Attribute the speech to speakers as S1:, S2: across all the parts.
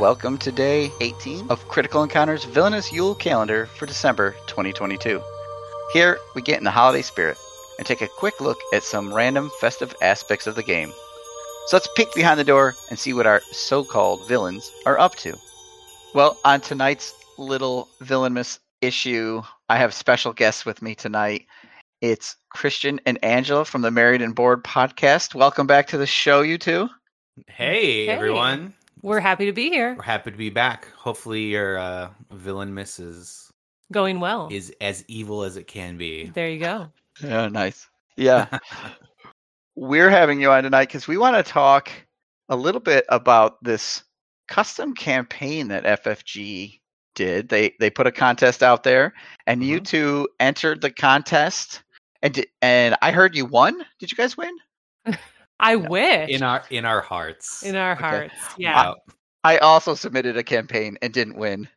S1: Welcome to day 18 of Critical Encounters Villainous Yule Calendar for December 2022. Here, we get in the holiday spirit and take a quick look at some random festive aspects of the game. So let's peek behind the door and see what our so called villains are up to. Well, on tonight's little villainous issue, I have special guests with me tonight. It's Christian and Angela from the Married and Bored podcast. Welcome back to the show, you two.
S2: Hey,
S3: Hey.
S2: everyone.
S3: We're happy to be here.
S2: We're happy to be back. Hopefully your uh villain misses
S3: Going well.
S2: is as evil as it can be.
S3: There you go.
S1: Yeah, nice. Yeah. we're having you on tonight because we want to talk a little bit about this custom campaign that FFG did. They they put a contest out there, and you two entered the contest, and di- and I heard you won. Did you guys win?
S3: I wish
S2: in our Uh, in our hearts.
S3: in our
S1: Okay.
S3: hearts. Yeah.
S2: Wow.
S1: I also submitted a campaign and didn't win,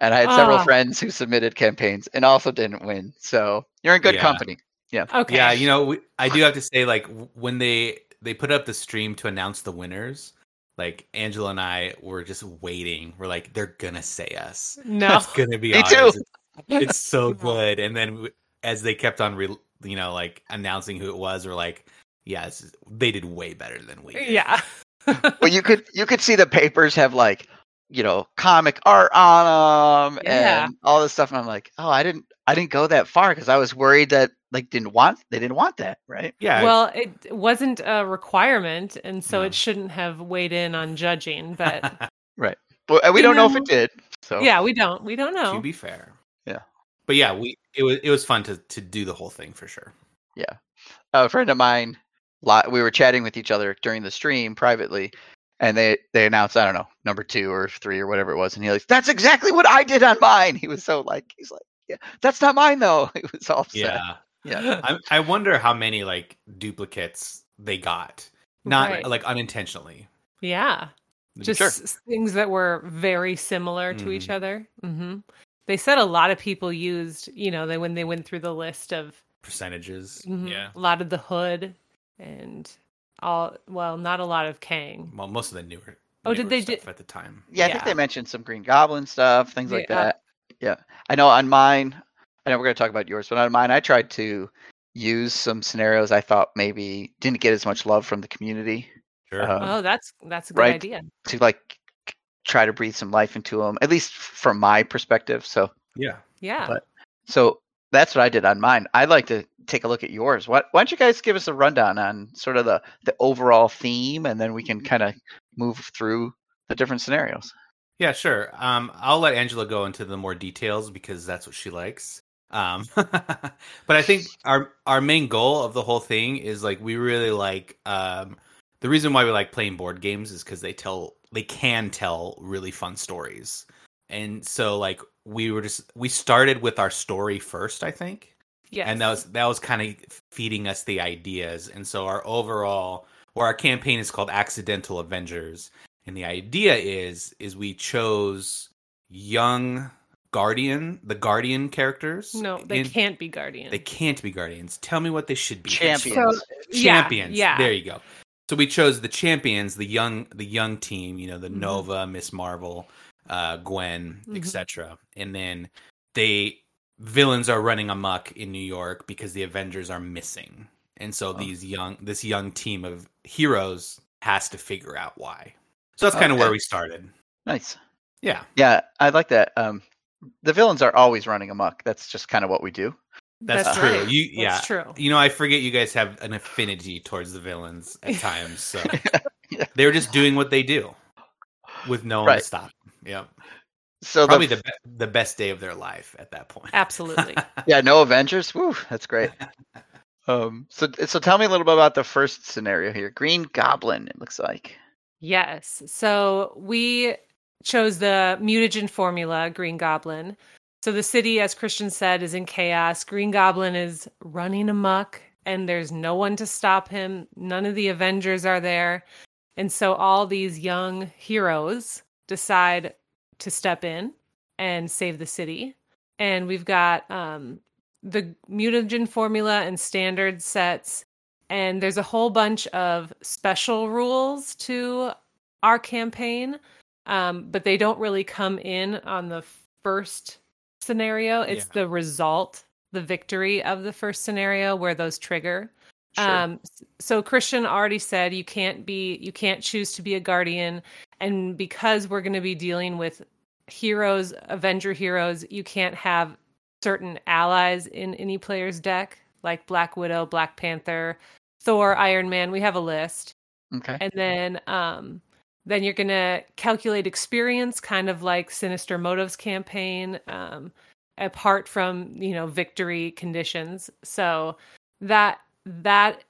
S1: and I had several
S3: Ah.
S1: friends who submitted campaigns and also didn't win. So you're in good
S2: Yeah.
S1: company.
S3: Okay.
S2: Yeah, you know, we, I do have to say like w- when they they put up the stream to announce the winners, like Angela and I were just waiting. We're like they're going to say us.
S3: no.
S2: That's going to be
S1: Me
S2: ours.
S1: too.
S2: It's- It's so good. And then w- as they kept on re- you know like announcing who it was, we're like yeah, this is- they did way better than we. did.
S3: Yeah.
S1: well, you could you could see the papers have like you know comic art on them
S3: Yeah.
S1: and all this stuff, and I'm like, oh, I didn't I didn't go that far because I was worried that like didn't want they didn't want that, right?
S2: Yeah.
S3: Well, it wasn't a requirement, and so
S2: No.
S3: it shouldn't have weighed in on judging. But
S1: But and we
S3: You
S1: don't know, if
S3: know,
S1: it did. So
S3: yeah, we don't. We don't know.
S2: Oh. to be fair.
S1: Yeah.
S2: But yeah, we it was it was fun to to do the whole thing for sure.
S1: a friend of mine, li- we were chatting with each other during the stream privately, and they they announced I don't know number two or three or whatever it was, and he like that's exactly what I did on mine. He was so like he's like yeah that's not mine though. It was all upset.
S2: Yeah.
S1: Yeah.
S2: I I wonder how many like duplicates they got. Not
S3: Right.
S2: like unintentionally.
S3: yeah. Just
S2: Sure.
S3: s- things that were very similar to each
S2: Mhm.
S3: other. hmm They said a lot of people used, you know, they when they went through the list of
S2: percentages.
S3: mhm,
S2: Yeah.
S3: a lot of the hood and all. Well, not a lot of Kang,
S2: Well, most of the newer.
S3: Oh, did
S2: newer
S3: they
S2: stuff
S3: di-
S2: at the time?
S1: Yeah, I think they
S3: Yeah.
S1: mentioned some Green Goblin stuff, things like
S3: Yeah.
S1: that. Yeah, I know on mine. I know we're going to talk about yours, but on mine, I tried to use some scenarios I thought maybe didn't get as much love from the community
S2: Sure.
S1: Uh,
S3: Oh, that's that's a good
S1: right.
S3: idea.
S1: to like c- try to breathe some life into them, at least from my perspective. So,
S2: yeah.
S3: Yeah.
S1: But- so that's what I did on mine. I'd like to take a look at yours. Why, why don't you guys give us a rundown on sort of the the overall theme, and then we can kind of move through the different scenarios.
S2: Yeah, sure. Um, I'll let Angela go into the more details because that's what she likes. Um, but I think our our main goal of the whole thing is like we really like um, the reason why we like playing board games is because they tell they can tell really fun stories, and so like we were just we started with our story first, I think,
S3: yes.
S2: and that was that was kind of feeding us the ideas and so our overall or our campaign is called accidental avengers and the idea is is we chose young guardian the guardian characters
S3: no, they
S2: and
S3: can't be guardian.
S2: they can't be guardians tell me what they should be
S1: Champions.
S3: So, yeah,
S2: champions
S3: Yeah.
S2: there you go so we chose the champions the young the young team you know the
S3: Mhm.
S2: nova miss marvel uh gwen
S3: Mhm.
S2: etc and then they villains are running amok in new york because the avengers are missing and so
S1: Oh.
S2: these young this young team of heroes has to figure out why so
S3: Oh,
S2: that's kind of
S1: Okay.
S2: where we started
S1: Nice.
S2: yeah
S1: Yeah, I like that. Um, the villains are always running amok. That's just kind of what we do.
S2: that's,
S3: That's
S2: true
S3: right.
S2: you yeah
S3: That's true.
S2: you know i forget you guys have an affinity towards the villains at times so
S1: Yeah.
S2: they were just doing what they do with no one
S1: Right.
S2: to stop yeah
S1: So
S2: probably
S1: the,
S2: the be- the best day of their life at that point
S3: Absolutely.
S1: yeah, no Avengers. Woo, that's great. Um, so so tell me a little bit about the first scenario here. Green Goblin. It looks like.
S3: Yes. So we chose the mutagen formula, Green Goblin. So the city, as Christian said, is in chaos. Green Goblin is running amok, and there's no one to stop him. None of the Avengers are there. And so all these young heroes decide to step in and save the city. And we've got um, the mutagen formula and standard sets and there's a whole bunch of special rules to our campaign um, but they don't really come in on the first scenario. It's
S2: Yeah.
S3: the result, the victory of the first scenario where those trigger.
S1: Sure.
S3: Um, s- so Christian already said you can't be, you can't choose to be a guardian, and because we're going to be dealing with heroes, Avenger heroes, you can't have certain allies in any player's deck, like Black Widow, Black Panther, Thor, Iron Man. We have a list
S1: okay.
S3: and then um then you're gonna calculate experience kind of like sinister motives campaign um apart from you know victory conditions so that that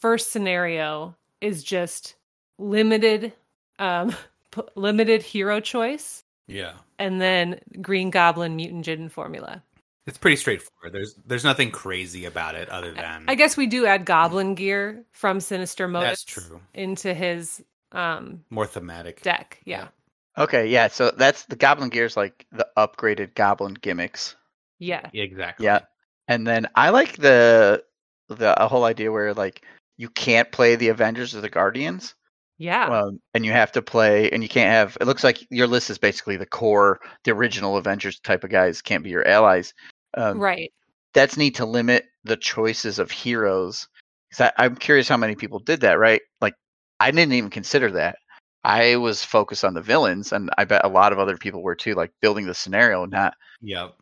S3: first scenario is just limited um p- limited hero choice
S2: Yeah.
S3: and then green goblin mutagen formula
S2: It's pretty straightforward. There's there's nothing crazy about it other than
S3: i guess we do add goblin gear from sinister
S2: that's
S3: motives
S2: true.
S3: into his um
S2: More thematic.
S3: deck yeah
S1: Okay, yeah, so that's the Goblin Gear's like the upgraded Goblin gimmicks.
S3: yeah
S2: Yeah, Exactly.
S1: Yeah. And then I like the the whole idea where like you can't play the Avengers or the Guardians.
S3: yeah.
S1: Um, and you have to play and you can't have it looks like your list is basically the core, the original Avengers type of guys can't be your allies. Um,
S3: right
S1: That's neat to limit the choices of heroes. 'Cause I, I'm curious how many people did that, right? Like I didn't even consider that. I was focused on the villains, and I bet a lot of other people were too, like building the scenario, not
S2: Yep.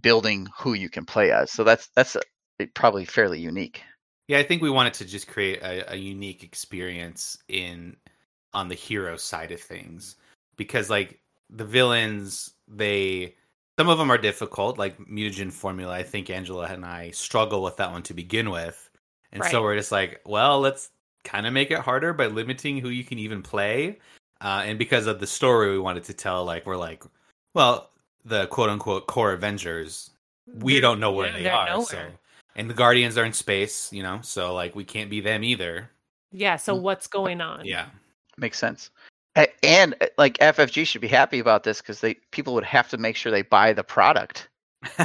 S1: building who you can play as. So that's that's uh, probably fairly unique.
S2: Yeah, I think we wanted to just create a, a unique experience in on the hero side of things because like the villains, they some of them are difficult, like mutagen formula. I think Angela and I struggle with that one to begin with, and so
S3: Right.
S2: we're just like, well, let's kind of make it harder by limiting who you can even play. Uh, and because of the story we wanted to tell, like we're like, well, the quote unquote core Avengers, we
S3: They're-
S2: don't know where
S3: yeah,
S2: they
S3: they're
S2: are.
S3: nowhere.
S2: So and the guardians are in space you know so like we can't be them either
S3: yeah so what's going on
S2: yeah
S1: Makes sense. A- And uh, like FFG should be happy about this because they people would have to make sure they buy the product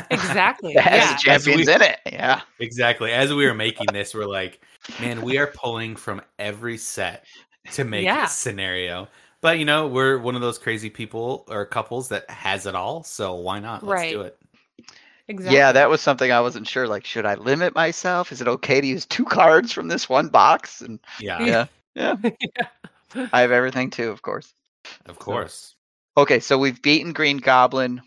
S3: exactly
S1: that has
S3: yeah
S1: the
S2: As we-
S1: champions in it. Yeah,
S2: exactly as we were making this we're like man we are pulling from every set to make
S3: Yeah.
S2: a scenario but you know we're one of those crazy people or couples that has it all so why not let's do
S3: Right.
S2: it
S3: exactly
S1: yeah, that was something I wasn't sure. Like, should I limit myself? Is it okay to use two cards from this one box? And
S2: yeah,
S1: Yeah. I have everything too, of course.
S2: of course
S1: Okay, so we've beaten Green Goblin.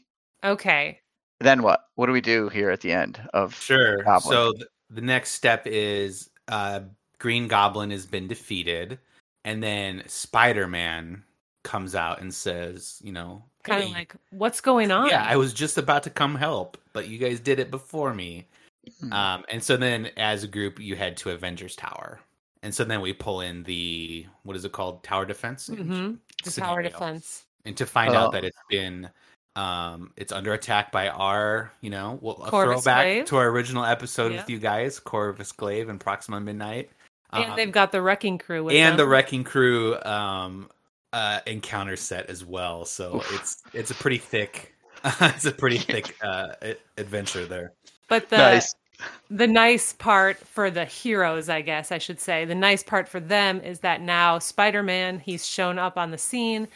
S3: okay
S1: Then what? What do we do here at the end of?
S2: Sure.
S1: Goblin.
S2: So th- the next step is uh, Green Goblin has been defeated, and then Spider Man comes out and says, you know,
S3: kind of
S2: "Hey,
S3: like what's going on
S2: yeah, I was just about to come help, but you guys did it before me.
S1: Hmm.
S2: Um, and so then, as a group, you head to Avengers Tower, and so then we pull in the what is it called, tower defense,
S3: hmm the tower
S2: scenario.
S3: defense
S2: and to find out
S1: Oh.
S2: that it's been. Um, it's under attack by our, you know, well, a
S3: Corvus
S2: throwback
S3: Glaive?
S2: to our original episode
S3: Yeah.
S2: with you guys, Corvus Glaive and Proxima Midnight. Um,
S3: and they've got the wrecking crew with
S2: and the
S3: them.
S2: Wrecking Crew um uh encounter set as well. So
S1: Oof.
S2: it's it's a pretty thick it's a pretty thick uh a- adventure there.
S3: but the
S1: nice.
S3: the nice part for the heroes i guess i should say the nice part for them is that now spider-man he's shown up on the scene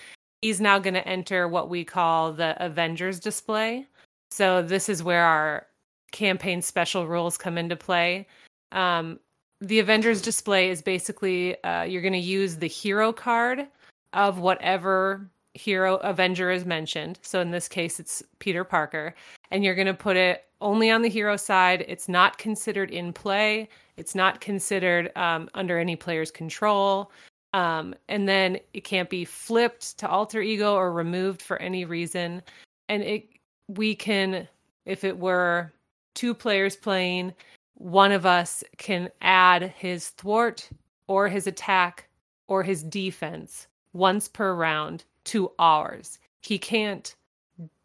S3: he's now going to enter what we call the avengers display so this is where our campaign special rules come into play um, the avengers display is basically uh, you're going to use the hero card of whatever hero avenger is mentioned so in this case it's peter parker and you're going to put it only on the hero side. It's not considered in play. It's not considered um, under any player's control. Um, and then it can't be flipped to alter ego or removed for any reason. And it we can, if it were two players playing, one of us can add his thwart or his attack or his defense once per round to ours. He can't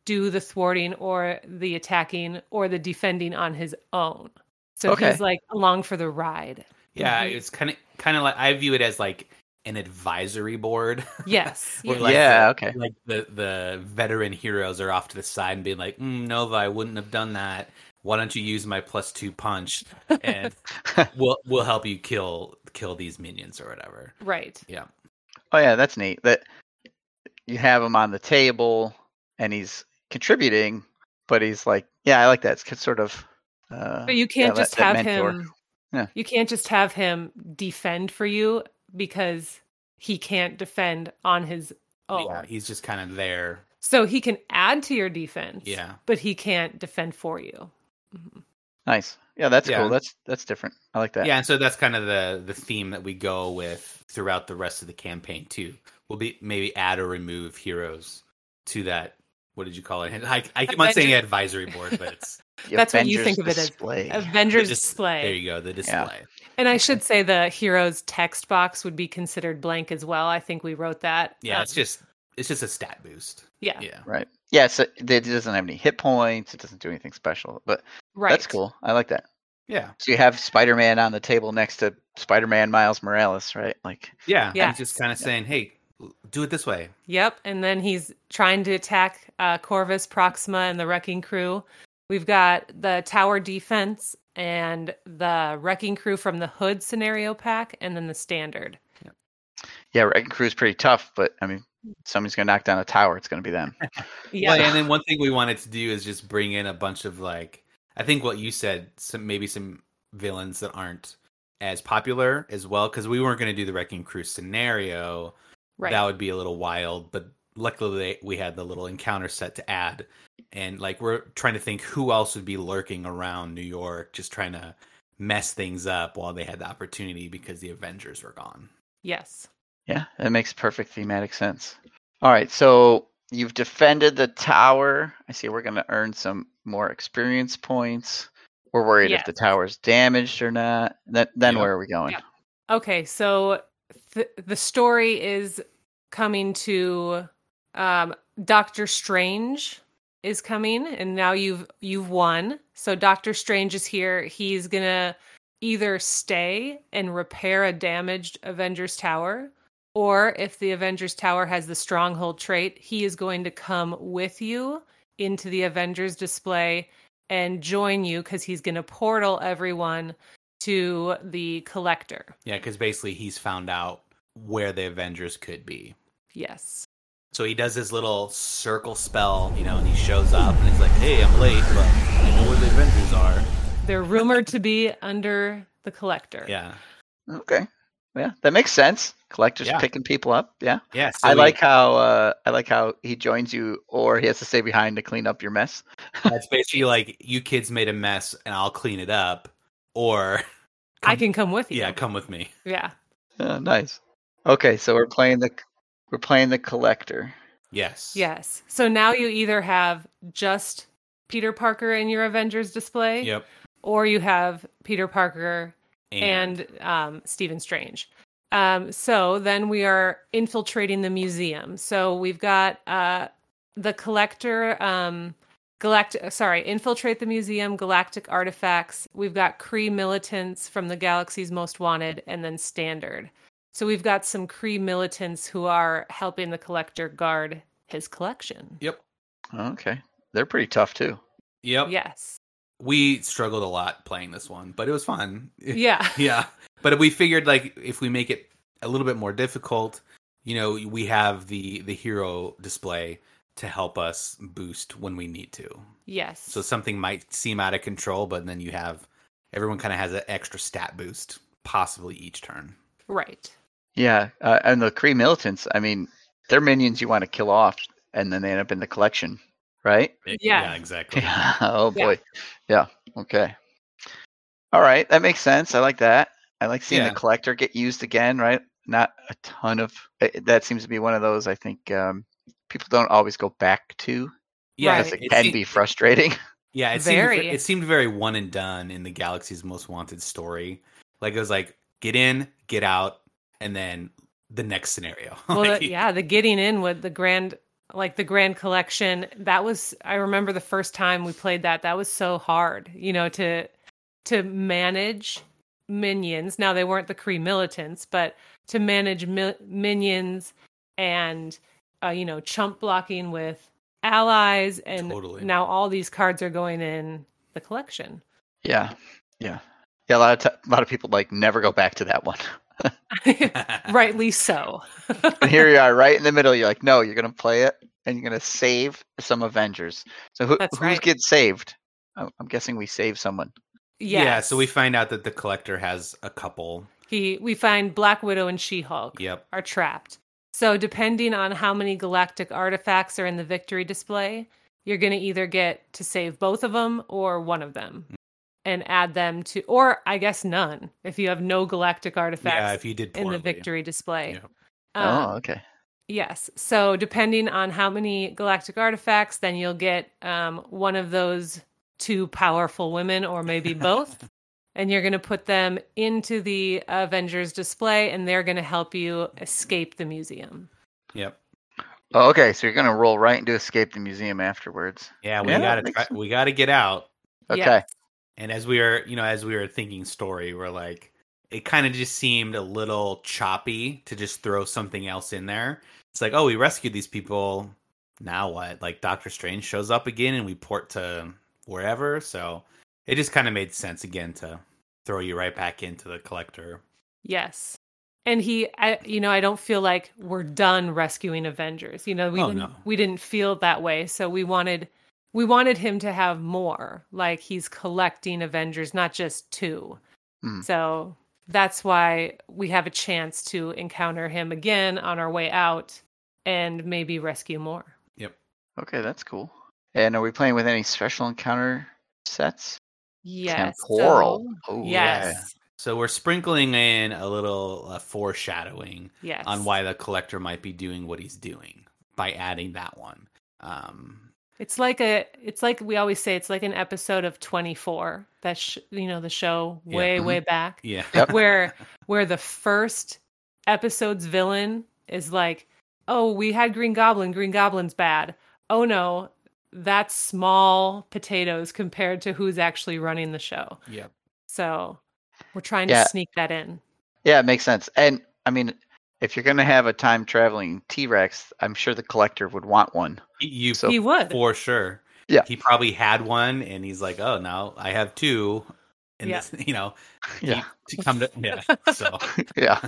S3: do the thwarting or the attacking or the defending on his own. So
S1: Okay.
S3: he's like along for the ride.
S2: Yeah,
S3: Mhm.
S2: it's kinda kinda like I view it as like an advisory board.
S3: Yes.
S2: We're
S3: yes.
S2: like
S1: yeah.
S2: the-
S1: okay.
S2: like the the veteran heroes are off to the side and being like, mm, Nova, I wouldn't have done that. Why don't you use my plus two punch and we'll we'll help you kill kill these minions or whatever.
S3: right.
S1: Oh yeah, that's neat. That you have him on the table and he's contributing, but he's like, yeah, I like that. It's k- sort of. Uh,
S3: But you can't
S1: that-
S3: just
S1: that
S3: have
S1: mentor.
S3: him.
S1: Yeah.
S3: You can't just have him defend for you because he can't defend on his own.
S2: Yeah, he's just kind of there.
S3: So he can add to your defense.
S2: Yeah.
S3: But he can't defend for you. Mhm.
S1: nice. Yeah, that's
S2: Yeah.
S1: cool. That's that's different. I like that.
S2: Yeah, and so that's kind of the the theme that we go with throughout the rest of the campaign too. We'll be maybe add or remove heroes to that. What did you call it? I, I keep on saying advisory board, but it's
S1: The
S3: That's what you
S1: Avengers
S3: think of it as.
S1: display.
S3: Avengers
S2: dis-
S3: display.
S2: there you go. The display.
S3: And I should say the hero's text box would be considered blank as well. I think we wrote that.
S2: Yeah,
S3: Um,
S2: it's just it's just a stat boost.
S3: yeah,
S2: Yeah,
S1: Right. Yeah, so it it doesn't have any hit points. It doesn't do anything special, but
S3: right.
S1: that's cool. I like that.
S2: yeah,
S1: So you have Spider-Man on the table next to Spider-Man Miles Morales, right? Like,
S2: yeah.
S3: Yeah.
S2: He's just kind of saying, "Hey, l- do it this way."
S3: Yep. And then he's trying to attack uh, Corvus, Proxima, and the wrecking crew. We've got the tower defense and the wrecking crew from the hood scenario pack, and then the standard.
S1: yeah, Wrecking Crew is pretty tough, but I mean, somebody's gonna knock down a tower. It's gonna be them.
S3: Yeah.
S2: Well, and then one thing we wanted to do is just bring in a bunch of like I think what you said, some maybe some villains that aren't as popular as well, because we weren't going to do the Wrecking Crew scenario.
S3: right.
S2: That would be a little wild, but luckily they- we had the little encounter set to add. And like we're trying to think who else would be lurking around New York, just trying to mess things up while they had the opportunity because the Avengers were gone.
S3: yes.
S1: Yeah, that makes perfect thematic sense. All right, so you've defended the tower. I see we're gonna earn some more experience points. We're worried if the tower's damaged or not. That then
S2: Yeah.
S1: where are we going?
S3: Yeah. Okay. So th- the story is coming to um, Doctor Strange is coming, and now you've you've won. So Doctor Strange is here. He's gonna either stay and repair a damaged Avengers Tower, or if the Avengers Tower has the stronghold trait, he is going to come with you into the Avengers display and join you because he's gonna portal everyone to the collector.
S2: Yeah, because basically he's found out where the Avengers could be.
S3: Yes.
S2: So he does his little circle spell, you know, and he shows up and he's like, "Hey, I'm late, but I know where the Avengers are."
S3: They're rumored to be under the collector.
S2: Yeah,
S1: Okay. Yeah, that makes sense. Collectors
S2: Yeah.
S1: picking people up. Yeah.
S2: yeah. So
S1: I
S2: we-
S1: like how uh, I like how he joins you, or he has to stay behind to clean up your mess.
S2: that's basically like you kids made a mess and I'll clean it up, or
S3: I can come with you.
S2: yeah, come with me.
S3: Yeah.
S1: Oh, nice. Okay, so we're playing the we're playing the collector.
S2: Yes.
S3: Yes. So now you either have just Peter Parker in your Avengers display,
S2: Yep.
S3: or you have Peter Parker and, um, Stephen Strange. Um, so then we are infiltrating the museum. So we've got uh, the collector, um, Galact- sorry, infiltrate the museum, galactic artifacts. We've got Kree militants from the galaxy's most wanted, and then standard. So we've got some Kree militants who are helping the collector guard his collection.
S2: Yep.
S1: Okay, they're pretty tough too.
S2: Yep.
S3: Yes.
S2: We struggled a lot playing this one, but it was fun.
S3: Yeah.
S2: yeah but we figured like if we make it a little bit more difficult you know we have the the hero display to help us boost when we need to
S3: Yes.
S2: so something might seem out of control but then you have everyone kind of has an extra stat boost possibly each turn
S3: right.
S1: Yeah, uh, and the Kree militants. I mean, they're minions you want to kill off, and then they end up in the collection, right?
S3: Yeah.
S2: exactly
S1: Yeah. Oh
S3: Yeah.
S1: boy. Yeah. Okay. All right, that makes sense. I like that. I like seeing
S2: Yeah.
S1: the collector get used again, right? Not a ton of eh, eh, that seems to be one of those I think um, people don't always go back to
S2: yeah
S3: Right.
S1: because it can
S2: seem-
S1: be frustrating.
S2: yeah it
S3: Very.
S2: seemed, it seemed very one and done in the galaxy's most wanted story like it was like get in get out and then the next scenario
S3: Well,
S2: Like,
S3: the- yeah, the getting in with the grand, like the grand collection. That was, I remember the first time we played that. That was so hard, you know, to to manage minions. Now they weren't the Kree militants, but to manage mi- minions and uh, you know chump blocking with allies, and
S2: Totally.
S3: now all these cards are going in the collection.
S1: Yeah, yeah, yeah. A lot of t- a lot of people like never go back to that one.
S3: rightly so.
S1: And here you are, right in the middle. You're like, no, you're gonna play it, and you're gonna save some Avengers. So who
S3: That's
S1: who
S3: right.
S1: gets saved? I'm I'm guessing we save someone.
S2: Yeah, so we
S3: Yes.
S2: find out that the collector has a couple.
S3: he we find Black Widow and She-Hulk
S2: Yep.
S3: are trapped. So depending on how many galactic artifacts are in the victory display, you're going to either get to save both of them or one of them
S2: Hmm.
S3: and add them to or I guess none if you have no galactic
S2: Yeah,
S3: artifacts
S2: if you did
S3: in
S2: poorly.
S3: the victory display.
S2: Yep.
S3: Um,
S1: oh, okay.
S3: Yes. So depending on how many galactic artifacts, then you'll get um, one of those two powerful women, or maybe both. and you're going to put them into the Avengers display, and they're going to help you escape the museum.
S2: Yep.
S1: Oh, okay. So you're gonna roll right into escape the museum afterwards.
S2: Yeah, we
S1: Yeah,
S2: gotta
S1: makes
S2: try,
S1: sense.
S2: we gotta get out.
S1: Okay.
S3: Yes.
S2: And as we were, you know, as we were thinking story, we're like, it kind of just seemed a little choppy to just throw something else in there. It's like, oh, we rescued these people. Now what? Like Doctor Strange shows up again, and we port to wherever. So it just kind of made sense again to throw you right back into the collector.
S3: Yes. And he, I, you know, I don't feel like we're done rescuing Avengers. You know, we
S2: Oh,
S3: didn't,
S2: no.
S3: we didn't feel that way, so we wanted we wanted him to have more. Like he's collecting Avengers, not just two.
S2: Hmm.
S1: Mm.
S3: So that's why we have a chance to encounter him again on our way out and maybe rescue more.
S1: Okay, that's cool. And are we playing with any special encounter sets?
S3: Yes.
S1: Temporal.
S3: so-
S1: oh, yeah.
S3: yes.
S2: So we're sprinkling in a little uh, foreshadowing
S3: Yes.
S2: on why the collector might be doing what he's doing by adding that one. Um,
S3: It's like a it's like we always say it's like an episode of 24 that sh- you know the show
S2: Yeah.
S3: way
S1: Mhm.
S3: way back
S2: yeah.
S1: Yep.
S3: where where the first episode's villain is like, "Oh, we had Green Goblin. Green Goblin's bad. Oh no, that's small potatoes compared to who's actually running the show."
S2: Yep.
S3: So, we're trying
S1: Yeah.
S3: to sneak that in.
S1: Yeah, it makes sense. And I mean, if you're gonna have a time traveling T Rex, I'm sure the collector would want one.
S2: You
S1: So-
S3: he would.
S2: for sure.
S1: Yeah.
S2: He probably had one and he's like, "Oh, now I have two and
S3: Yeah.
S2: this, you know,
S1: Yeah.
S2: to come to yeah. So,
S1: yeah.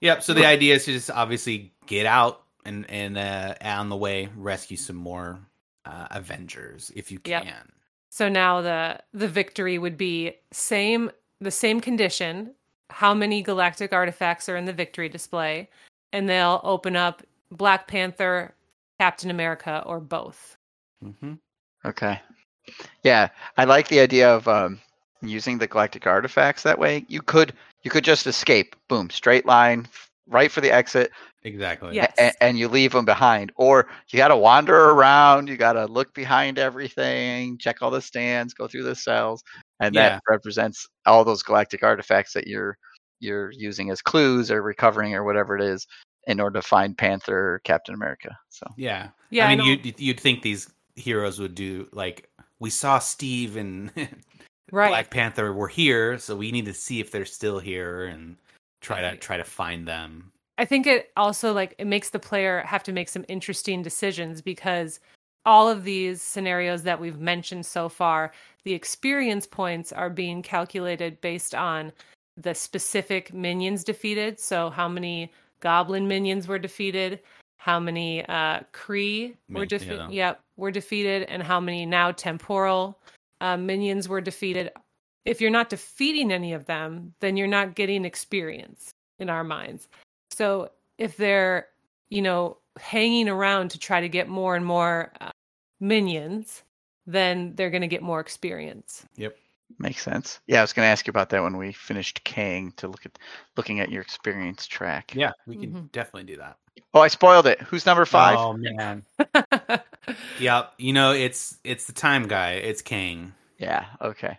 S2: yep, so the idea is to just obviously get out and and uh on the way rescue some more uh Avengers if you
S3: Yep.
S2: can.
S3: So now the the victory would be same the same condition. How many galactic artifacts are in the victory display? And they'll open up Black Panther, Captain America, or both.
S2: Mhm.
S1: Okay. Yeah, I like the idea of um, using the galactic artifacts that way. You could you could just escape, boom, straight line, f- right for the exit,
S2: Exactly.
S3: Yeah.
S1: and,
S3: Yes.
S1: and you leave them behind. Or you got to wander around, you got to look behind everything, check all the stands, go through the cells, and
S2: Yeah.
S1: that represents all those galactic artifacts that you're you're using as clues or recovering or whatever it is in order to find Panther or Captain America. So
S2: Yeah.
S3: Yeah,
S2: I
S3: and
S2: mean,
S3: all-
S2: you'd, you'd think these heroes would do like we saw Steve and
S3: right.
S2: Black Panther were here, so we need to see if they're still here and try to
S3: Right.
S2: try to find them.
S3: I think it also like it makes the player have to make some interesting decisions because all of these scenarios that we've mentioned so far, the experience points are being calculated based on the specific minions defeated. So how many goblin minions were defeated, how many uh Kree were
S2: Min-
S3: defeated,
S2: yeah.
S3: yep, were defeated, and how many now temporal uh, minions were defeated. If you're not defeating any of them, then you're not getting experience in our minds. So if they're, you know, hanging around to try to get more and more uh, minions, then they're going to get more experience.
S1: Makes sense. Yeah, I was going to ask you about that when we finished Kang to look at looking at your experience track.
S2: Yeah, we can
S3: Mhm.
S2: definitely do that.
S1: Oh, I spoiled it. Who's number five?
S2: Oh man. yep. You know, it's it's the time guy. It's Kang.
S1: Yeah. Okay.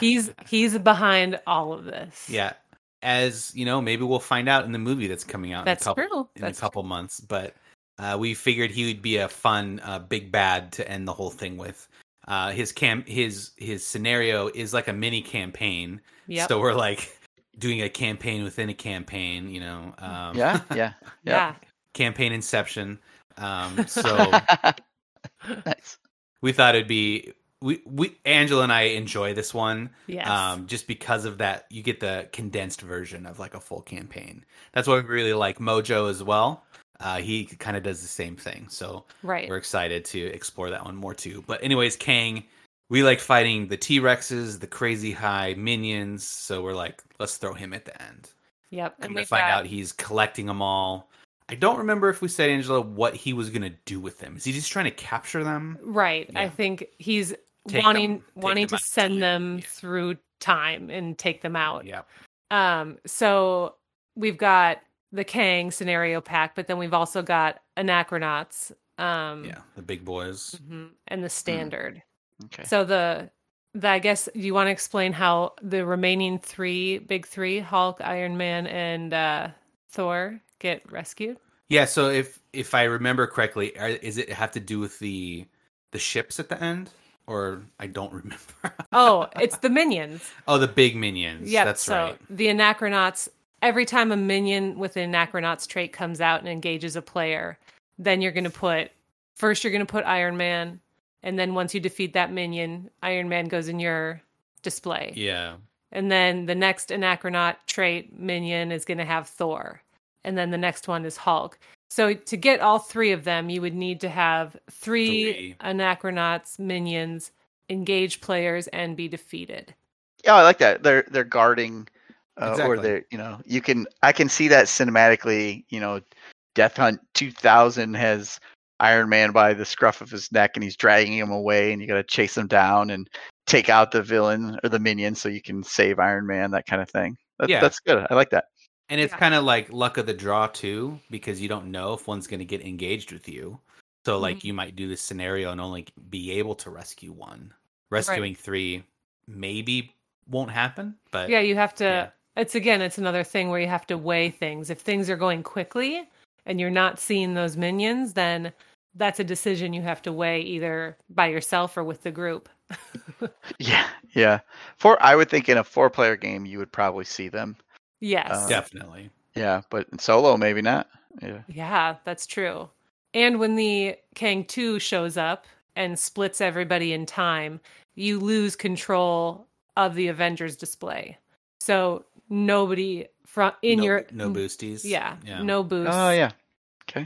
S3: he's he's behind all of this.
S2: yeah. As you know, maybe we'll find out in the movie that's coming out
S3: that's
S2: in a couple
S3: true.
S2: in
S3: That's
S2: a couple months, but uh, we figured he would be a fun uh, big bad to end the whole thing with. Uh, his cam his his scenario is like a mini campaign.
S3: Yep.
S2: So we're like doing a campaign within a campaign, you know. Um,
S1: Yeah. Yeah.
S3: yeah.
S2: campaign inception. Um, so
S1: nice.
S2: we thought it'd be we we Angela and I enjoy this one.
S3: Yes.
S2: Um, just because of that, you get the condensed version of like a full campaign. That's why we really like Mojo as well. Uh, he kind of does the same thing, so
S3: right.
S2: we're excited to explore that one more too. But anyways, Kang, we like fighting the T Rexes, the crazy high minions. So we're like, let's throw him at the end.
S3: Yep.
S2: And we find out he's collecting them all. I don't remember if we said Angela what he was gonna do with them. Is he just trying to capture them?
S3: Right. I
S2: Yeah.
S3: think he's
S2: Take
S3: wanting
S2: them- take
S3: wanting
S2: them
S3: to
S2: out of
S3: send
S2: time.
S3: them
S2: Yeah.
S3: through time and take them out.
S2: Yeah.
S3: Um, so we've got the Kang scenario pack, but then we've also got Anachronauts, um,
S2: Yeah. Mm-hmm. The big boys.
S3: mhm, and the Standard.
S1: Okay.
S3: So the, the I guess you want to explain how the remaining three big three Hulk, Iron Man, and uh, Thor get rescued.
S2: Yeah, so if if I remember correctly, are, is it have to do with the the ships at the end? Or I don't remember.
S3: Oh, it's the minions.
S2: oh, the big minions.
S3: Yeah,
S2: that's
S3: so
S2: right.
S3: The Anachronauts, every time a minion with an Anachronauts trait comes out and engages a player, then you're going to put, first, you're going to put Iron Man. And then once you defeat that minion, Iron Man goes in your display.
S2: Yeah.
S3: And then the next Anachronaut trait minion is going to have Thor. And then the next one is Hulk. So to get all three of them, you would need to have three,
S2: Three.
S3: Anachronauts minions engage players and be defeated.
S1: Yeah, Oh, I like that. They're they're guarding, uh, or
S2: Exactly.
S1: they're you know you can I can see that cinematically. You know, Death Hunt 2000 has Iron Man by the scruff of his neck and he's dragging him away, and you got to chase him down and take out the villain or the minion so you can save Iron Man. That kind of thing. That,
S2: Yeah.
S1: that's good. I like that.
S2: And it's
S3: Yeah.
S2: kind of like luck of the draw too, because you don't know if one's going to get engaged with you. So like
S3: Mhm.
S2: you might do this scenario and only be able to rescue one. Rescuing three maybe won't happen, but
S3: Yeah, you have to.
S2: Yeah.
S3: It's again, it's another thing where you have to weigh things. If things are going quickly and you're not seeing those minions, then that's a decision you have to weigh either by yourself or with the group.
S1: Yeah, yeah. For I would think in a four player game you would probably see them.
S3: Yes.
S1: Uh,
S2: definitely.
S1: Yeah, but in solo maybe not. Yeah.
S3: Yeah, that's true. And when the Kang 2 shows up and splits everybody in time, you lose control of the Avengers display. So nobody from in
S2: no,
S3: your mm,
S2: no boosties.
S3: Yeah,
S2: Yeah.
S3: no boost.
S1: Oh yeah.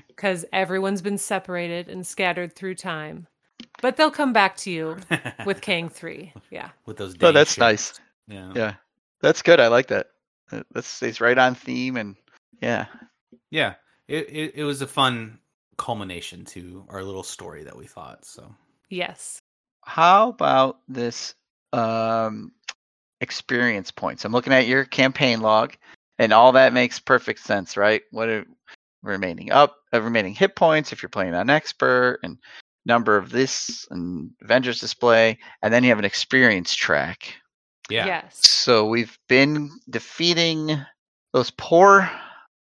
S3: because everyone's been separated and scattered through time. But they'll come back to you with Kang 3. Yeah.
S2: with those
S1: Oh,
S2: dang
S1: that's
S2: ships.
S1: nice.
S2: Yeah.
S1: Yeah, that's good. I like that. Uh, That stays right on theme, and yeah,
S2: Yeah. It, it it was a fun culmination to our little story that we thought. So
S3: Yes.
S1: how about this um experience points i'm looking at your campaign log and all that makes perfect sense right what are remaining up uh, remaining hit points if you're playing on expert and number of this and avengers display and then you have an experience track
S2: yeah.
S3: Yes.
S1: so we've been defeating those poor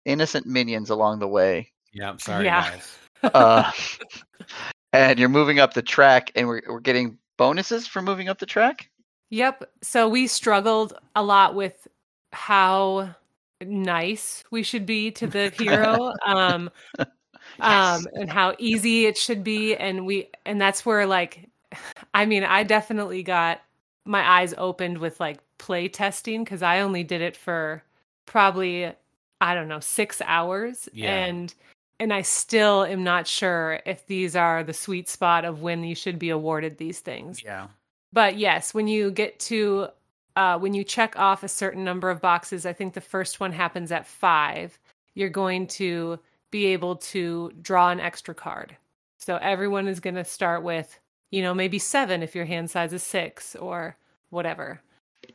S1: innocent minions along the way
S2: Yeah, I'm sorry
S3: Yeah.
S2: guys.
S1: uh, and you're moving up the track, and we're, we're getting bonuses for moving up the track.
S3: Yep. So we struggled a lot with how nice we should be to the hero um um and how easy it should be and we and that's where like I mean, I definitely got my eyes opened with like play testing cuz I only did it for probably I don't know, 6 hours
S2: Yeah.
S3: and and I still am not sure if these are the sweet spot of when you should be awarded these things.
S2: Yeah.
S3: But yes, when you get to uh, when you check off a certain number of boxes, I think the first one happens at five. You're going to be able to draw an extra card. So everyone is going to start with, you know, maybe seven if your hand size is six or whatever.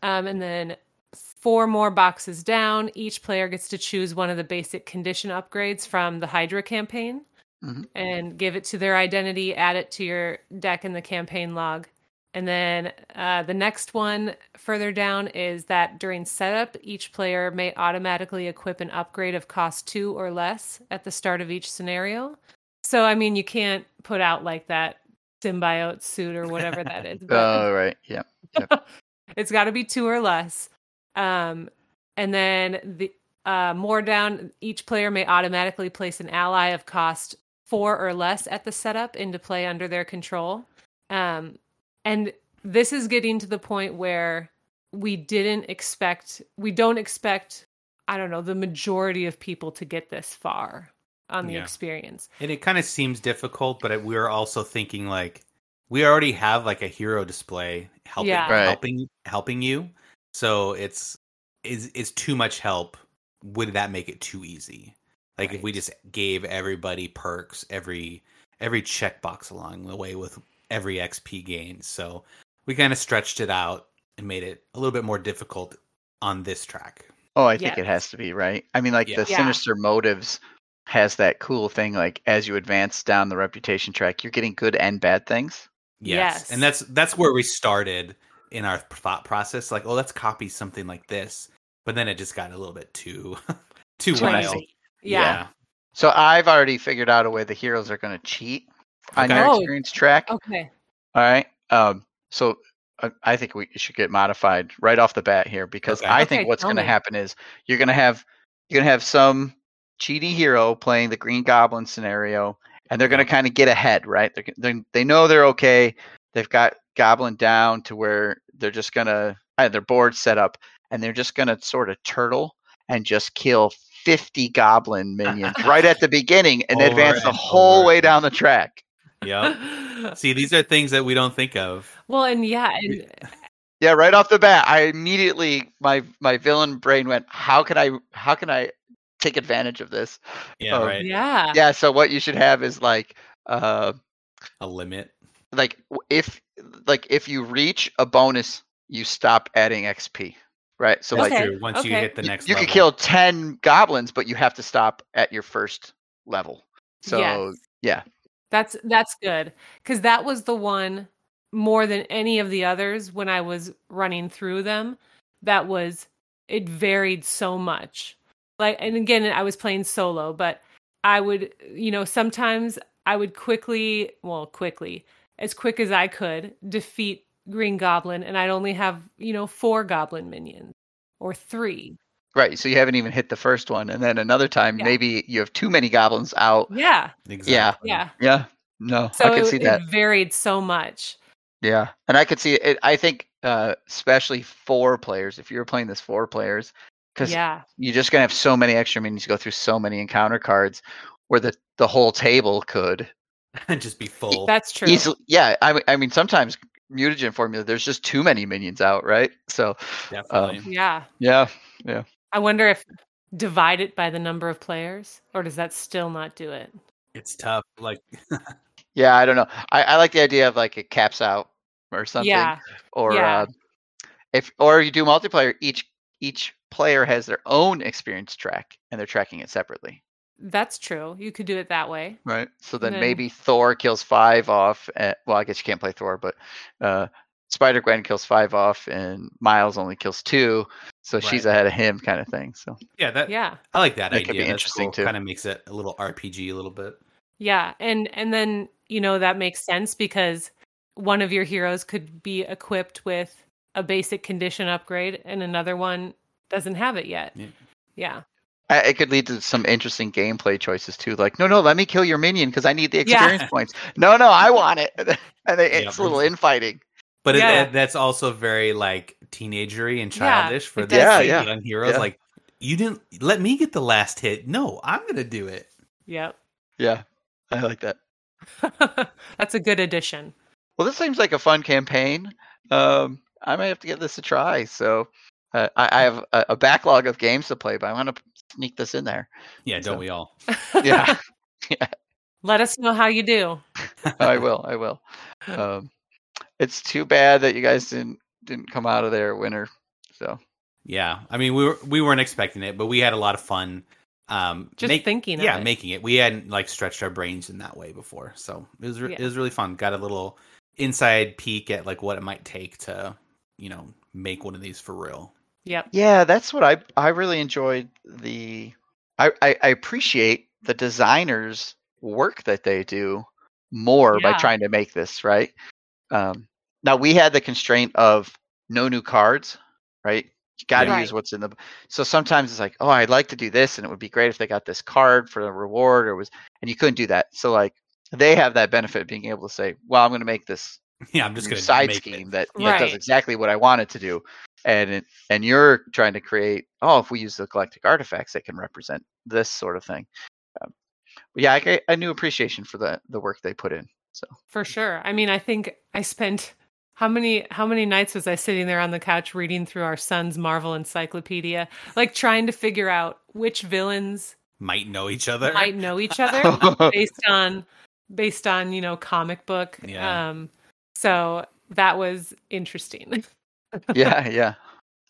S3: Um, and then four more boxes down, each player gets to choose one of the basic condition upgrades from the Hydra campaign
S1: Mhm.
S3: and give it to their identity, add it to your deck in the campaign log. And then uh, the next one further down is that during setup, each player may automatically equip an upgrade of cost two or less at the start of each scenario. So, I mean, you can't put out like that symbiote suit or whatever that is. But
S1: Oh, right. Yeah.
S3: it's got to be two or less. Um, and then the uh, more down, each player may automatically place an ally of cost four or less at the setup into play under their control. Um, and this is getting to the point where we didn't expect we don't expect i don't know the majority of people to get this far on the
S2: Yeah.
S3: experience
S2: And it kind of seems difficult, but it, we're also thinking like we already have like a hero display helping
S3: Yeah.
S1: Right.
S2: helping helping you. So it's is is too much help. Would that make it too easy? Like if we just gave everybody perks, every every checkbox along the way with every XP gain. So we kind of stretched it out and made it a little bit more difficult on this track.
S1: Oh, I think
S3: Yeah.
S1: it has to be right. I mean, like
S2: Yeah.
S1: the
S3: Yeah.
S1: sinister motives has that cool thing. Like as you advance down the reputation track, you're getting good and bad things.
S2: Yes.
S3: Yes.
S2: And that's that's where we started in our thought process like, oh, let's copy something like this. But then it just got a little bit too too
S1: Too
S2: wild.
S1: messy.
S3: yeah,
S1: So I've already figured out a way the heroes are going to cheat on
S2: Okay.
S1: your
S3: Oh.
S1: experience track.
S3: okay
S1: All right. Um, so I, I think we should get modified right off the bat here because
S2: Okay.
S1: I think
S3: Okay,
S1: what's
S3: tell
S1: going to
S3: me.
S1: happen is you're going to have you're going to have some cheaty hero playing the Green Goblin scenario, and they're going to kind of get ahead, right? They're, g- they they know they're okay. They've got Goblin down to where they're just going to their board set up, and they're just going to sort of turtle and just kill. 50 goblin minions right at the beginning and
S2: Over
S1: advance the
S2: and
S1: whole
S2: over
S1: way
S2: and-
S1: down the track.
S2: Yep. See, these are things that we don't think of.
S3: well and yeah and
S1: Yeah, right off the bat, I immediately my my villain brain went, "How can I? How can I take advantage of this?"
S2: Yeah,
S1: Oh.
S2: right.
S3: yeah
S1: Yeah, so what you should have is like, uh,
S2: A limit.
S1: like w- if like if you reach a bonus, you stop adding XP, right? So
S2: That's
S1: like
S3: Okay,
S2: true. Once you
S3: okay.
S2: hit the
S1: you-
S2: next
S1: you
S2: level.
S1: could kill ten goblins, but you have to stop at your first level. So
S3: Yes.
S1: yeah.
S3: That's that's good because that was the one more than any of the others when I was running through them. That was it varied so much. Like and again, I was playing solo, but I would you know sometimes I would quickly, well, quickly as quick as I could defeat Green Goblin, and I'd only have you know four Goblin minions or three.
S1: right, so you haven't even hit the first one, and then another time
S3: Yeah.
S1: maybe you have too many goblins out.
S3: Yeah,
S2: Exactly.
S3: yeah.
S1: Yeah, no,
S3: So
S1: I can
S3: it,
S1: see
S3: it
S1: that.
S3: varied so much.
S1: Yeah, and I could see it. I think uh, especially four players. If you were playing this four players, because
S3: Yeah,
S1: you're just gonna have so many extra minions to go through so many encounter cards, where the the whole table could
S2: Just be full.
S3: that's true.
S1: easily. Yeah, I mean- I mean sometimes mutagen formula. There's just too many minions out, right? So
S2: Definitely.
S1: Um,
S3: Yeah.
S1: yeah,
S3: I wonder if divide it by the number of players, or does that still not do it?
S2: it's tough. Like
S1: yeah. I don't know. I, I like the idea of like it caps out or something,
S3: Yeah,
S1: or
S3: yeah.
S1: uh, if or you do multiplayer. Each each player has their own experience track, and they're tracking it separately.
S3: that's true. You could do it that way.
S1: Right. So then
S3: then-
S1: maybe Thor kills five off. At, well, I guess you can't play Thor, but uh, Spider Gwen kills five off, and Miles only kills two. So she's
S2: Right.
S1: ahead of him, kind of thing. So
S2: yeah, that
S3: Yeah,
S2: I like that
S1: That
S2: idea.
S1: could be interesting, too.
S2: Kind of makes it a little RPG a little bit.
S3: yeah, and and then you know that makes sense because one of your heroes could be equipped with a basic condition upgrade, and another one doesn't have it yet.
S2: Yeah.
S3: Yeah,
S1: uh, it could lead to some interesting gameplay choices too. Like, no, no, let me kill your minion because I need the
S3: Yeah.
S1: experience points. No, no, I want it. and they,
S2: Yeah.
S1: it's a little infighting.
S2: But
S3: Yeah.
S2: it, it, that's also very like teenagery and
S3: Yeah,
S2: childish for
S3: it
S2: the
S1: does
S2: like,
S1: seem- Yeah,
S2: young heroes.
S1: yeah.
S2: Like you didn't let me get the last hit. No, I'm gonna do it.
S3: yep,
S1: Yeah, I like that.
S3: that's a good addition.
S1: Well, this seems like a fun campaign. Um, I might have to give this a try. So uh, I, I have a, a backlog of games to play, but I want to sneak this in there.
S2: Yeah, don't
S1: So-
S2: we all?
S1: Yeah.
S3: Let us know how you do.
S1: I will. I will. Um, it's too bad that you guys didn't didn't come out of there a winner. So
S2: Yeah, I mean we were we weren't expecting it, but we had a lot of fun. Um,
S3: Just
S2: make-
S3: thinking,
S2: yeah,
S3: of it.
S2: making it. We hadn't like stretched our brains in that way before, so it was re- it
S3: Yeah.
S2: was really fun. Got a little inside peek at like what it might take to you know make one of these for real.
S3: yep,
S1: yeah, that's what I I really enjoyed the I I, I appreciate the designers work that they do more by
S3: Yeah.
S1: trying to make this right. Um, now we had the constraint of no new cards, right? You got to
S3: Yeah.
S1: use what's in the. So sometimes it's like, oh, I'd like to do this, and it would be great if they got this card for a reward, or was, and you couldn't do that. So like they have that benefit of being able to say, well, I'm going to make this
S2: Yeah, I'm just going to
S1: side
S2: make
S1: scheme
S2: It.
S1: that, that
S3: Right.
S1: does exactly what I want it to do. And it, and you're trying to create, oh, if we use the galactic artifacts, that can represent this sort of thing. Um, but yeah, I, ca- I knew appreciation for the, the work they put in. So
S3: For sure. I mean, I think I spent how many how many nights was I sitting there on the couch reading through our son's Marvel encyclopedia, like trying to figure out which villains
S2: Might know each other.
S3: might know each other based on based on, you know, comic book.
S2: Yeah.
S3: Um so that was interesting.
S1: yeah, yeah,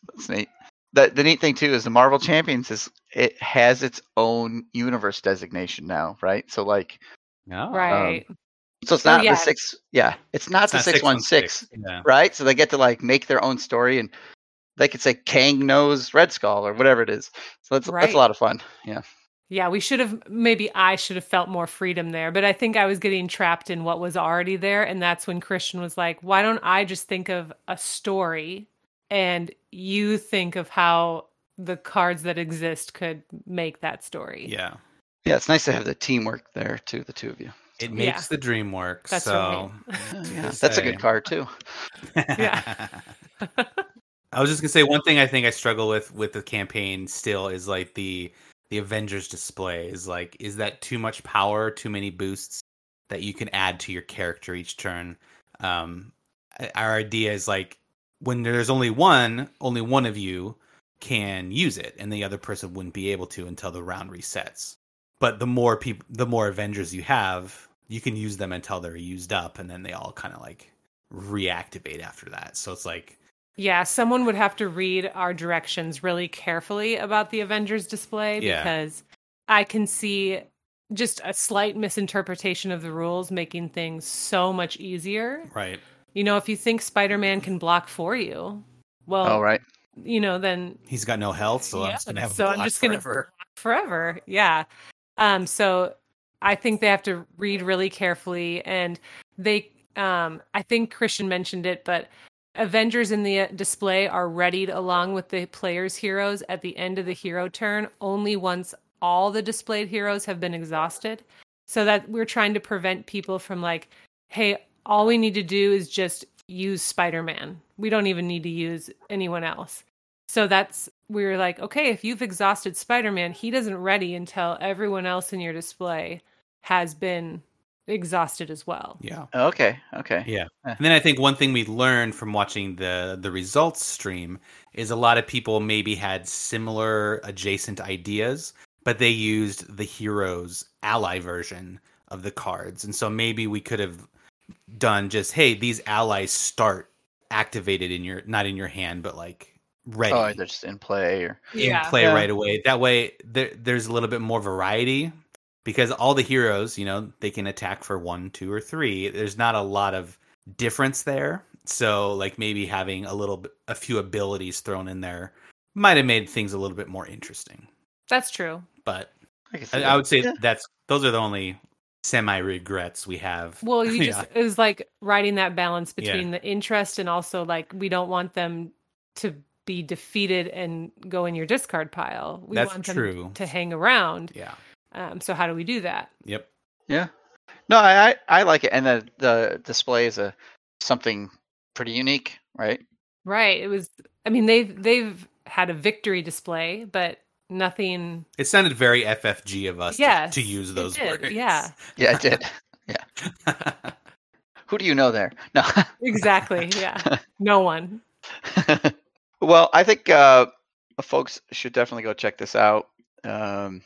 S1: that's neat. The, the neat thing too is the Marvel Champions is it has its own universe designation now, right? So like,
S2: No.
S3: right.
S1: so it's
S3: Oh,
S1: not
S3: yeah.
S1: the six, yeah, it's not
S2: It's
S1: the
S2: not
S1: six one six,
S2: 616, Yeah.
S1: right? So they get to like make their own story, and they could say Kang knows Red Skull or whatever it is. So that's that's
S3: Right.
S1: a lot of fun. Yeah,
S3: yeah, we should have maybe I should have felt more freedom there, but I think I was getting trapped in what was already there and that's when Christian was like, "Why don't I just think of a story and you think of how the cards that exist could make that story?"
S2: Yeah.
S1: yeah, it's nice to have the teamwork there too, the two of you.
S2: It
S3: Yeah.
S2: makes the dream work.
S3: That's
S2: so
S1: Yeah,
S2: to
S1: yeah,
S2: this
S1: that's a
S2: day.
S1: good card too.
S3: Yeah.
S2: I was just gonna say one thing I think I struggle with with the campaign still is like the the Avengers display is like is that too much power, too many boosts that you can add to your character each turn. Um, I- our idea is like when there's only one, only one of you can use it, and the other person wouldn't be able to until the round resets. But the more people, the more Avengers you have, you can use them until they're used up, and then they all kind of like reactivate after that. So it's like
S3: Yeah, someone would have to read our directions really carefully about the Avengers display
S2: Yeah.
S3: because I can see just a slight misinterpretation of the rules making things so much easier.
S2: right.
S3: You know, if you think Spider-Man can block for you, well,
S1: All Oh, right,
S3: you know, then
S2: He's got no health, so I'm
S3: Yeah,
S2: just gonna have.
S3: so I'm just gonna- forever. Yeah. Um so I think they have to read really carefully and they um I think Christian mentioned it but Avengers in the uh, display are readied along with the player's heroes at the end of the hero turn only once all the displayed heroes have been exhausted. So that we're trying to prevent people from like hey, all we need to do is just use Spider-Man. We don't even need to use anyone else. So that's we were like, okay, if you've exhausted Spider-Man, he doesn't ready until everyone else in your display has been exhausted as well.
S2: Yeah.
S1: okay, okay.
S2: Yeah. And then I think one thing we learned from watching the the results stream is a lot of people maybe had similar adjacent ideas, but they used the hero's ally version of the cards. And so maybe we could have done just hey, these allies start activated in your not in your hand, but like ready.
S1: Oh, they're just in play or
S2: in play
S1: Yeah.
S2: right away. That way, there, there's a little bit more variety because all the heroes, you know, they can attack for one, two, or three. There's not a lot of difference there. So, like maybe having a little, bit, a few abilities thrown in there might have made things a little bit more interesting.
S3: That's true.
S2: But
S1: I, can see
S2: I,
S1: that.
S2: I would say
S1: Yeah.
S2: that's those are the only semi regrets we have.
S3: Well, you
S2: Yeah.
S3: just it was like writing that balance
S2: Yeah.
S3: between the interest and also like we don't want them to be defeated and go in your discard pile. We
S2: That's
S3: want
S2: true.
S3: them to hang around.
S2: yeah.
S3: Um, so how do we do that?
S2: Yep.
S1: Yeah. No, I, I I like it, and the the display is a something pretty unique, right?
S3: Right. It was I mean they've they've had a victory display, but nothing
S2: It sounded very FFG of us to-
S3: Yes,
S2: to, use
S3: it
S2: those
S3: did,
S2: words.
S3: yeah.
S1: Yeah, it did. Who do you know there? No.
S3: Exactly. Yeah. No one.
S1: well, I think uh, folks should definitely go check this out. Um,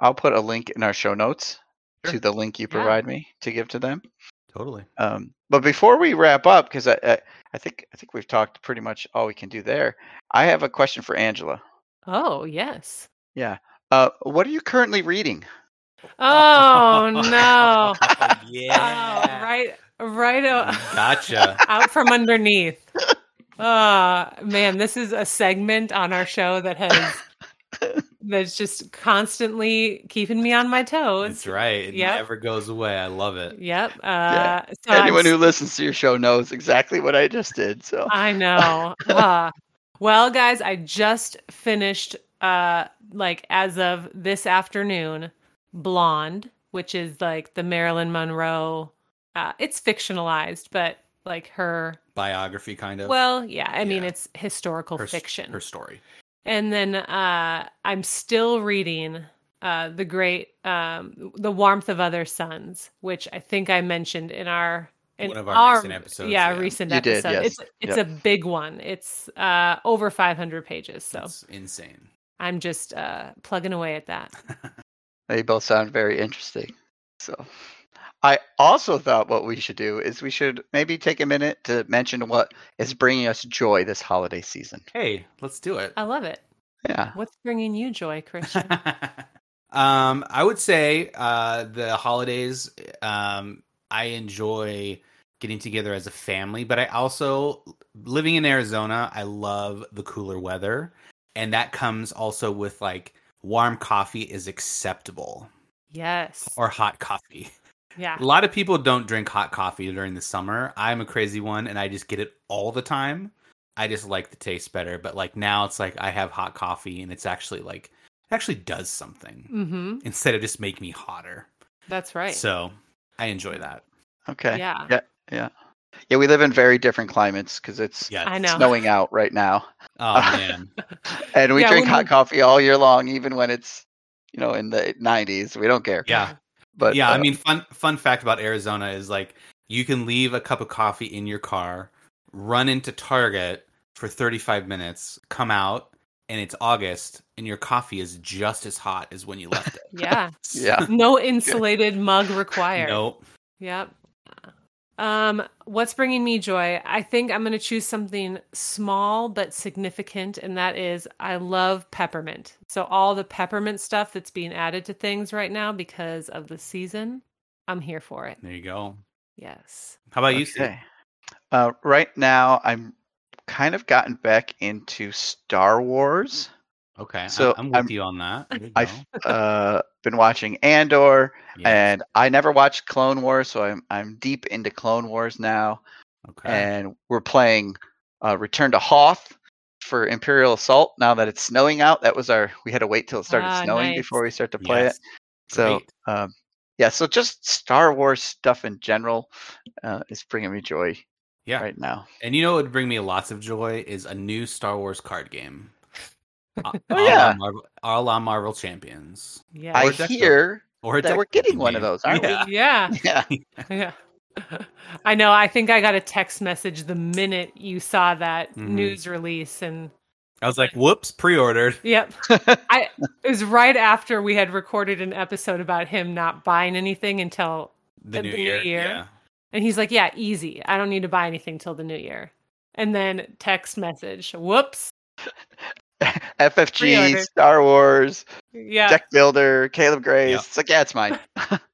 S1: I'll put a link in our show notes
S2: Sure.
S1: to the link you
S3: Yeah.
S1: provide me to give to them.
S2: totally.
S1: Um, but before we wrap up, because I, I I think I think we've talked pretty much all we can do there. I have a question for Angela.
S3: Oh, yes.
S1: Uh, what are you currently reading?
S3: Oh, no.
S2: yeah.
S3: Oh, right right out,
S2: Gotcha.
S3: out from underneath. Oh, man, this is a segment on our show that has that's just constantly keeping me on my toes.
S2: That's right. It
S3: Yep.
S2: never goes away. I love it.
S3: Yep. Uh,
S1: Yeah.
S3: so I'm
S1: Anyone who listens to your show knows exactly what I just did. So
S3: I know. Ah. well, guys, I just finished uh like as of this afternoon Blonde, which is like the Marilyn Monroe uh it's fictionalized, but like her.
S2: biography kind of
S3: Well, yeah, I mean
S2: Yeah.
S3: it's historical
S2: her, s-
S3: fiction.
S2: her story
S3: and then uh, I'm still reading uh, the great um, the warmth of other suns, which I think I mentioned in our in
S2: One of our recent episodes,
S3: Yeah,
S2: yeah.
S3: recent
S1: You did,
S3: episode.
S1: yes.
S3: It's it's a big one. It's uh, over 500 pages, so
S2: that's insane
S3: I'm just uh, plugging away at that.
S1: They both sound very interesting. So, I also thought what we should do is we should maybe take a minute to mention what is bringing us joy this holiday season.
S2: hey let's do it
S3: I love it.
S1: Yeah.
S3: What's bringing you joy, Christian?
S2: um, I would say uh, the holidays. Um, I enjoy getting together as a family, but I also living in Arizona. I love the cooler weather, and that comes also with like warm coffee is acceptable
S3: yes.
S2: or hot coffee.
S3: yeah.
S2: A lot of people don't drink hot coffee during the summer. I'm a crazy one and I just get it all the time. I just like the taste better, but like now it's like I have hot coffee and it's actually like it actually does something
S3: Mm-hmm.
S2: instead of just make me hotter.
S3: That's right.
S2: So I enjoy that.
S1: Okay. Yeah.
S3: Yeah.
S1: we live in very different climates because it's
S2: Yeah.
S3: I know.
S1: snowing out right now,
S2: Oh man.
S1: and we
S3: Yeah,
S1: drink
S3: when
S1: hot
S3: we-
S1: coffee all year long, even when it's you know in the 90s. We don't care.
S2: Yeah.
S1: But
S2: yeah,
S1: uh,
S2: I mean fun fun fact about Arizona is like you can leave a cup of coffee in your car, run into Target for 35 minutes, come out and it's August and your coffee is just as hot as when you left it.
S3: Yeah.
S1: yeah.
S3: No insulated mug required.
S2: No,
S3: Yep. Um, what's bringing me joy? I think I'm going to choose something small but significant, and that is I love peppermint. So, all the peppermint stuff that's being added to things right now because of the season, I'm here for it.
S2: There you go.
S3: Yes.
S2: How about you? Steve?
S1: Okay. Uh, right now, I'm kind of gotten back into Star Wars.
S2: Okay.
S1: So,
S2: So I'm, with
S1: I'm-
S2: you on that. There you
S1: I've uh, been watching Andor,
S2: go.
S1: and I never watched Clone Wars, so I'm I'm deep into Clone Wars now,
S2: okay.
S1: and we're playing uh, Return to Hoth for Imperial Assault. Now that it's snowing out, that was our we had to wait till it started
S3: Ah,
S1: snowing
S3: nice.
S1: before we start to play
S2: Yes.
S1: it. So
S2: Great.
S1: um, yeah, so just Star Wars stuff in general uh, is bringing me joy
S2: yeah.
S1: right now.
S2: And you know what would bring me lots of joy is a new Star Wars card game. A-
S1: Oh,
S2: a la
S1: yeah.
S2: Marvel, a la Marvel Champions.
S3: Yeah.
S1: I
S2: a deck builder.
S1: hear
S2: Or a
S1: that
S2: deck
S1: we're getting one
S2: building
S1: of
S2: game.
S1: those, aren't we?
S2: Yeah.
S3: yeah.
S1: Yeah.
S3: Yeah. I know. I think I got a text message the minute you saw that
S2: Mhm.
S3: news release, and
S2: I was like, whoops, pre ordered.
S3: Yep. I it was right after we had recorded an episode about him not buying anything until
S2: The,
S3: The
S2: new,
S3: new
S2: year.
S3: year.
S2: Yeah.
S3: and he's like, "Yeah, easy. I don't need to buy anything till the new year." And then text message, "Whoops."
S1: FFG,
S3: Pre-order.
S1: Star Wars,
S3: Yeah.
S1: Deck Builder, Caleb Grace.
S2: Yeah.
S1: It's like, yeah, it's mine.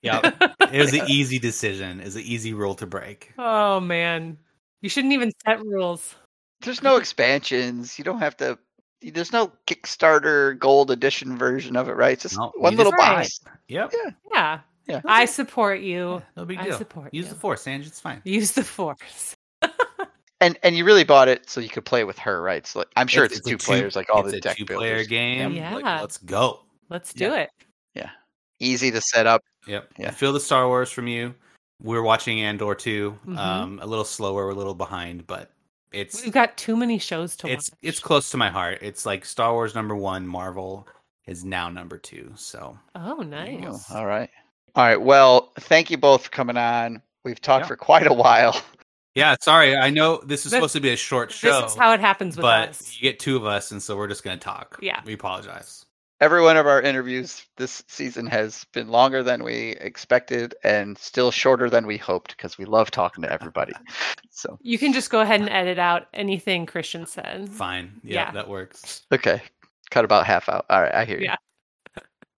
S2: Yeah. It was an easy decision. It was an easy rule to break.
S3: oh man. You shouldn't even set rules.
S1: There's no expansions. You don't have to. There's no Kickstarter Gold Edition version of it, right? It's just
S2: No, you
S1: one little
S3: just- Right.
S1: box.
S2: Yep.
S3: Yeah.
S1: Yeah.
S3: I support you.
S2: No big
S3: I
S2: deal.
S3: support
S2: Use
S3: you.
S2: the force, Ange. It's fine.
S3: Use the force.
S1: And and you really bought it so you could play with her, right? So like, I'm sure it's,
S2: a
S1: two players, like all
S2: it's
S1: the
S2: a
S1: deck
S2: two player
S1: builders.
S2: game.
S3: Yeah.
S2: Like, let's go.
S3: Let's do
S2: Yeah.
S3: it.
S1: Easy to set up.
S2: Yep.
S1: Yeah.
S2: I feel the Star Wars from you. We're watching Andor too.
S3: Mhm.
S2: Um, a little slower, we're a little behind, but it's
S3: We've got too many shows to
S2: it's
S3: watch.
S2: it's close to my heart. It's like Star Wars number one, Marvel is now number two. So
S3: Oh,
S1: There you go.
S3: nice.
S1: All right. All right. Well, thank you both for coming on. We've talked
S2: Yeah.
S1: for quite a while.
S2: yeah, sorry. I know this is
S3: This-
S2: supposed to be a short show,
S3: This is how it happens with
S2: but
S3: us.
S2: you get two of us, and so we're just gonna talk.
S3: Yeah.
S2: we apologize.
S1: Every one of our interviews this season has been longer than we expected and still shorter than we hoped because we love talking to everybody. so,
S3: You can just go ahead and edit out anything Christian said.
S2: Fine. Yeah,
S3: Mm-hmm. Yeah.
S2: that works.
S1: okay, cut about half out. All right, I hear you.
S3: Yeah.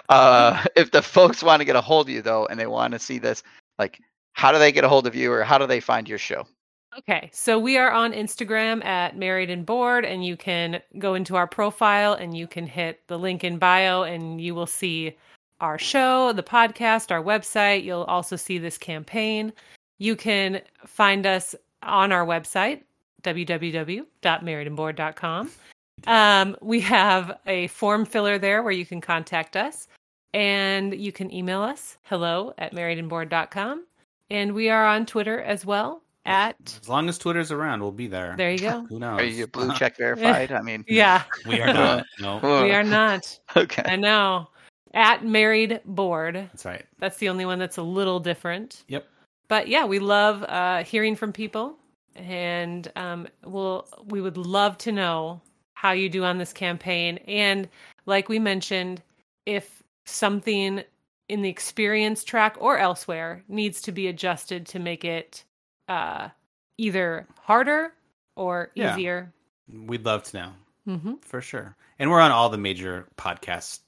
S1: uh, if the folks want to get a hold of you though and they want to see this, like, how do they get a hold of you or how do they find your show?
S3: Okay, so we are on Instagram at Married and Bored, and you can go into our profile and you can hit the link in bio, and you will see our show, the podcast, our website. You'll also see this campaign. You can find us on our website, www.marriedandbored.com. Um, we have a form filler there where you can contact us, and you can email us hello at marriedandbored.com. And we are on Twitter as well at.
S2: As long as Twitter's around, we'll be there.
S3: There you go.
S2: Who knows?
S1: Are you blue check verified? I mean,
S3: Yeah,
S2: we are not. No,
S1: Oh.
S3: we are not.
S1: Okay.
S3: I know. At married board.
S2: that's right.
S3: That's the only one that's a little different.
S2: Yep.
S3: But yeah, we love uh, hearing from people, and um, we'll we would love to know how you do on this campaign. And like we mentioned, if something in the experience track or elsewhere needs to be adjusted to make it uh, either harder or
S2: Yeah.
S3: easier.
S2: We'd love to know
S3: hmm
S2: for sure. And we're on all the major podcasts.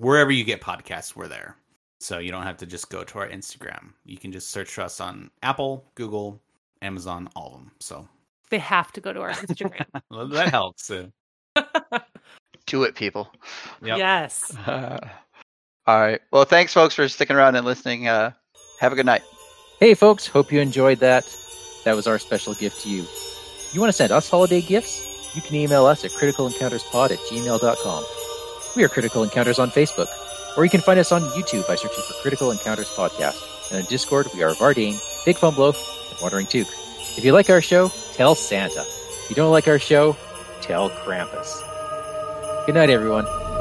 S2: Wherever you get podcasts, we're there. So you don't have to just go to our Instagram. You can just search for us on Apple, Google, Amazon, all of them. So
S3: They have to go to our Instagram.
S2: well, that helps. Uh,
S1: Do it, people.
S2: Yep.
S3: Yes.
S1: Uh, all right. Well, thanks, folks, for sticking around and listening. Uh, have a good night.
S4: Hey, folks, hope you enjoyed that. That was our special gift to you. You want to send us holiday gifts? You can email us at criticalencounterspod at gmail.com. We are Critical Encounters on Facebook, or you can find us on YouTube by searching for Critical Encounters Podcast. And on Discord, we are Vardane, Big Fun Blow, and Wandering Took. If you like our show, tell Santa. If you don't like our show, tell Krampus. Good night, everyone.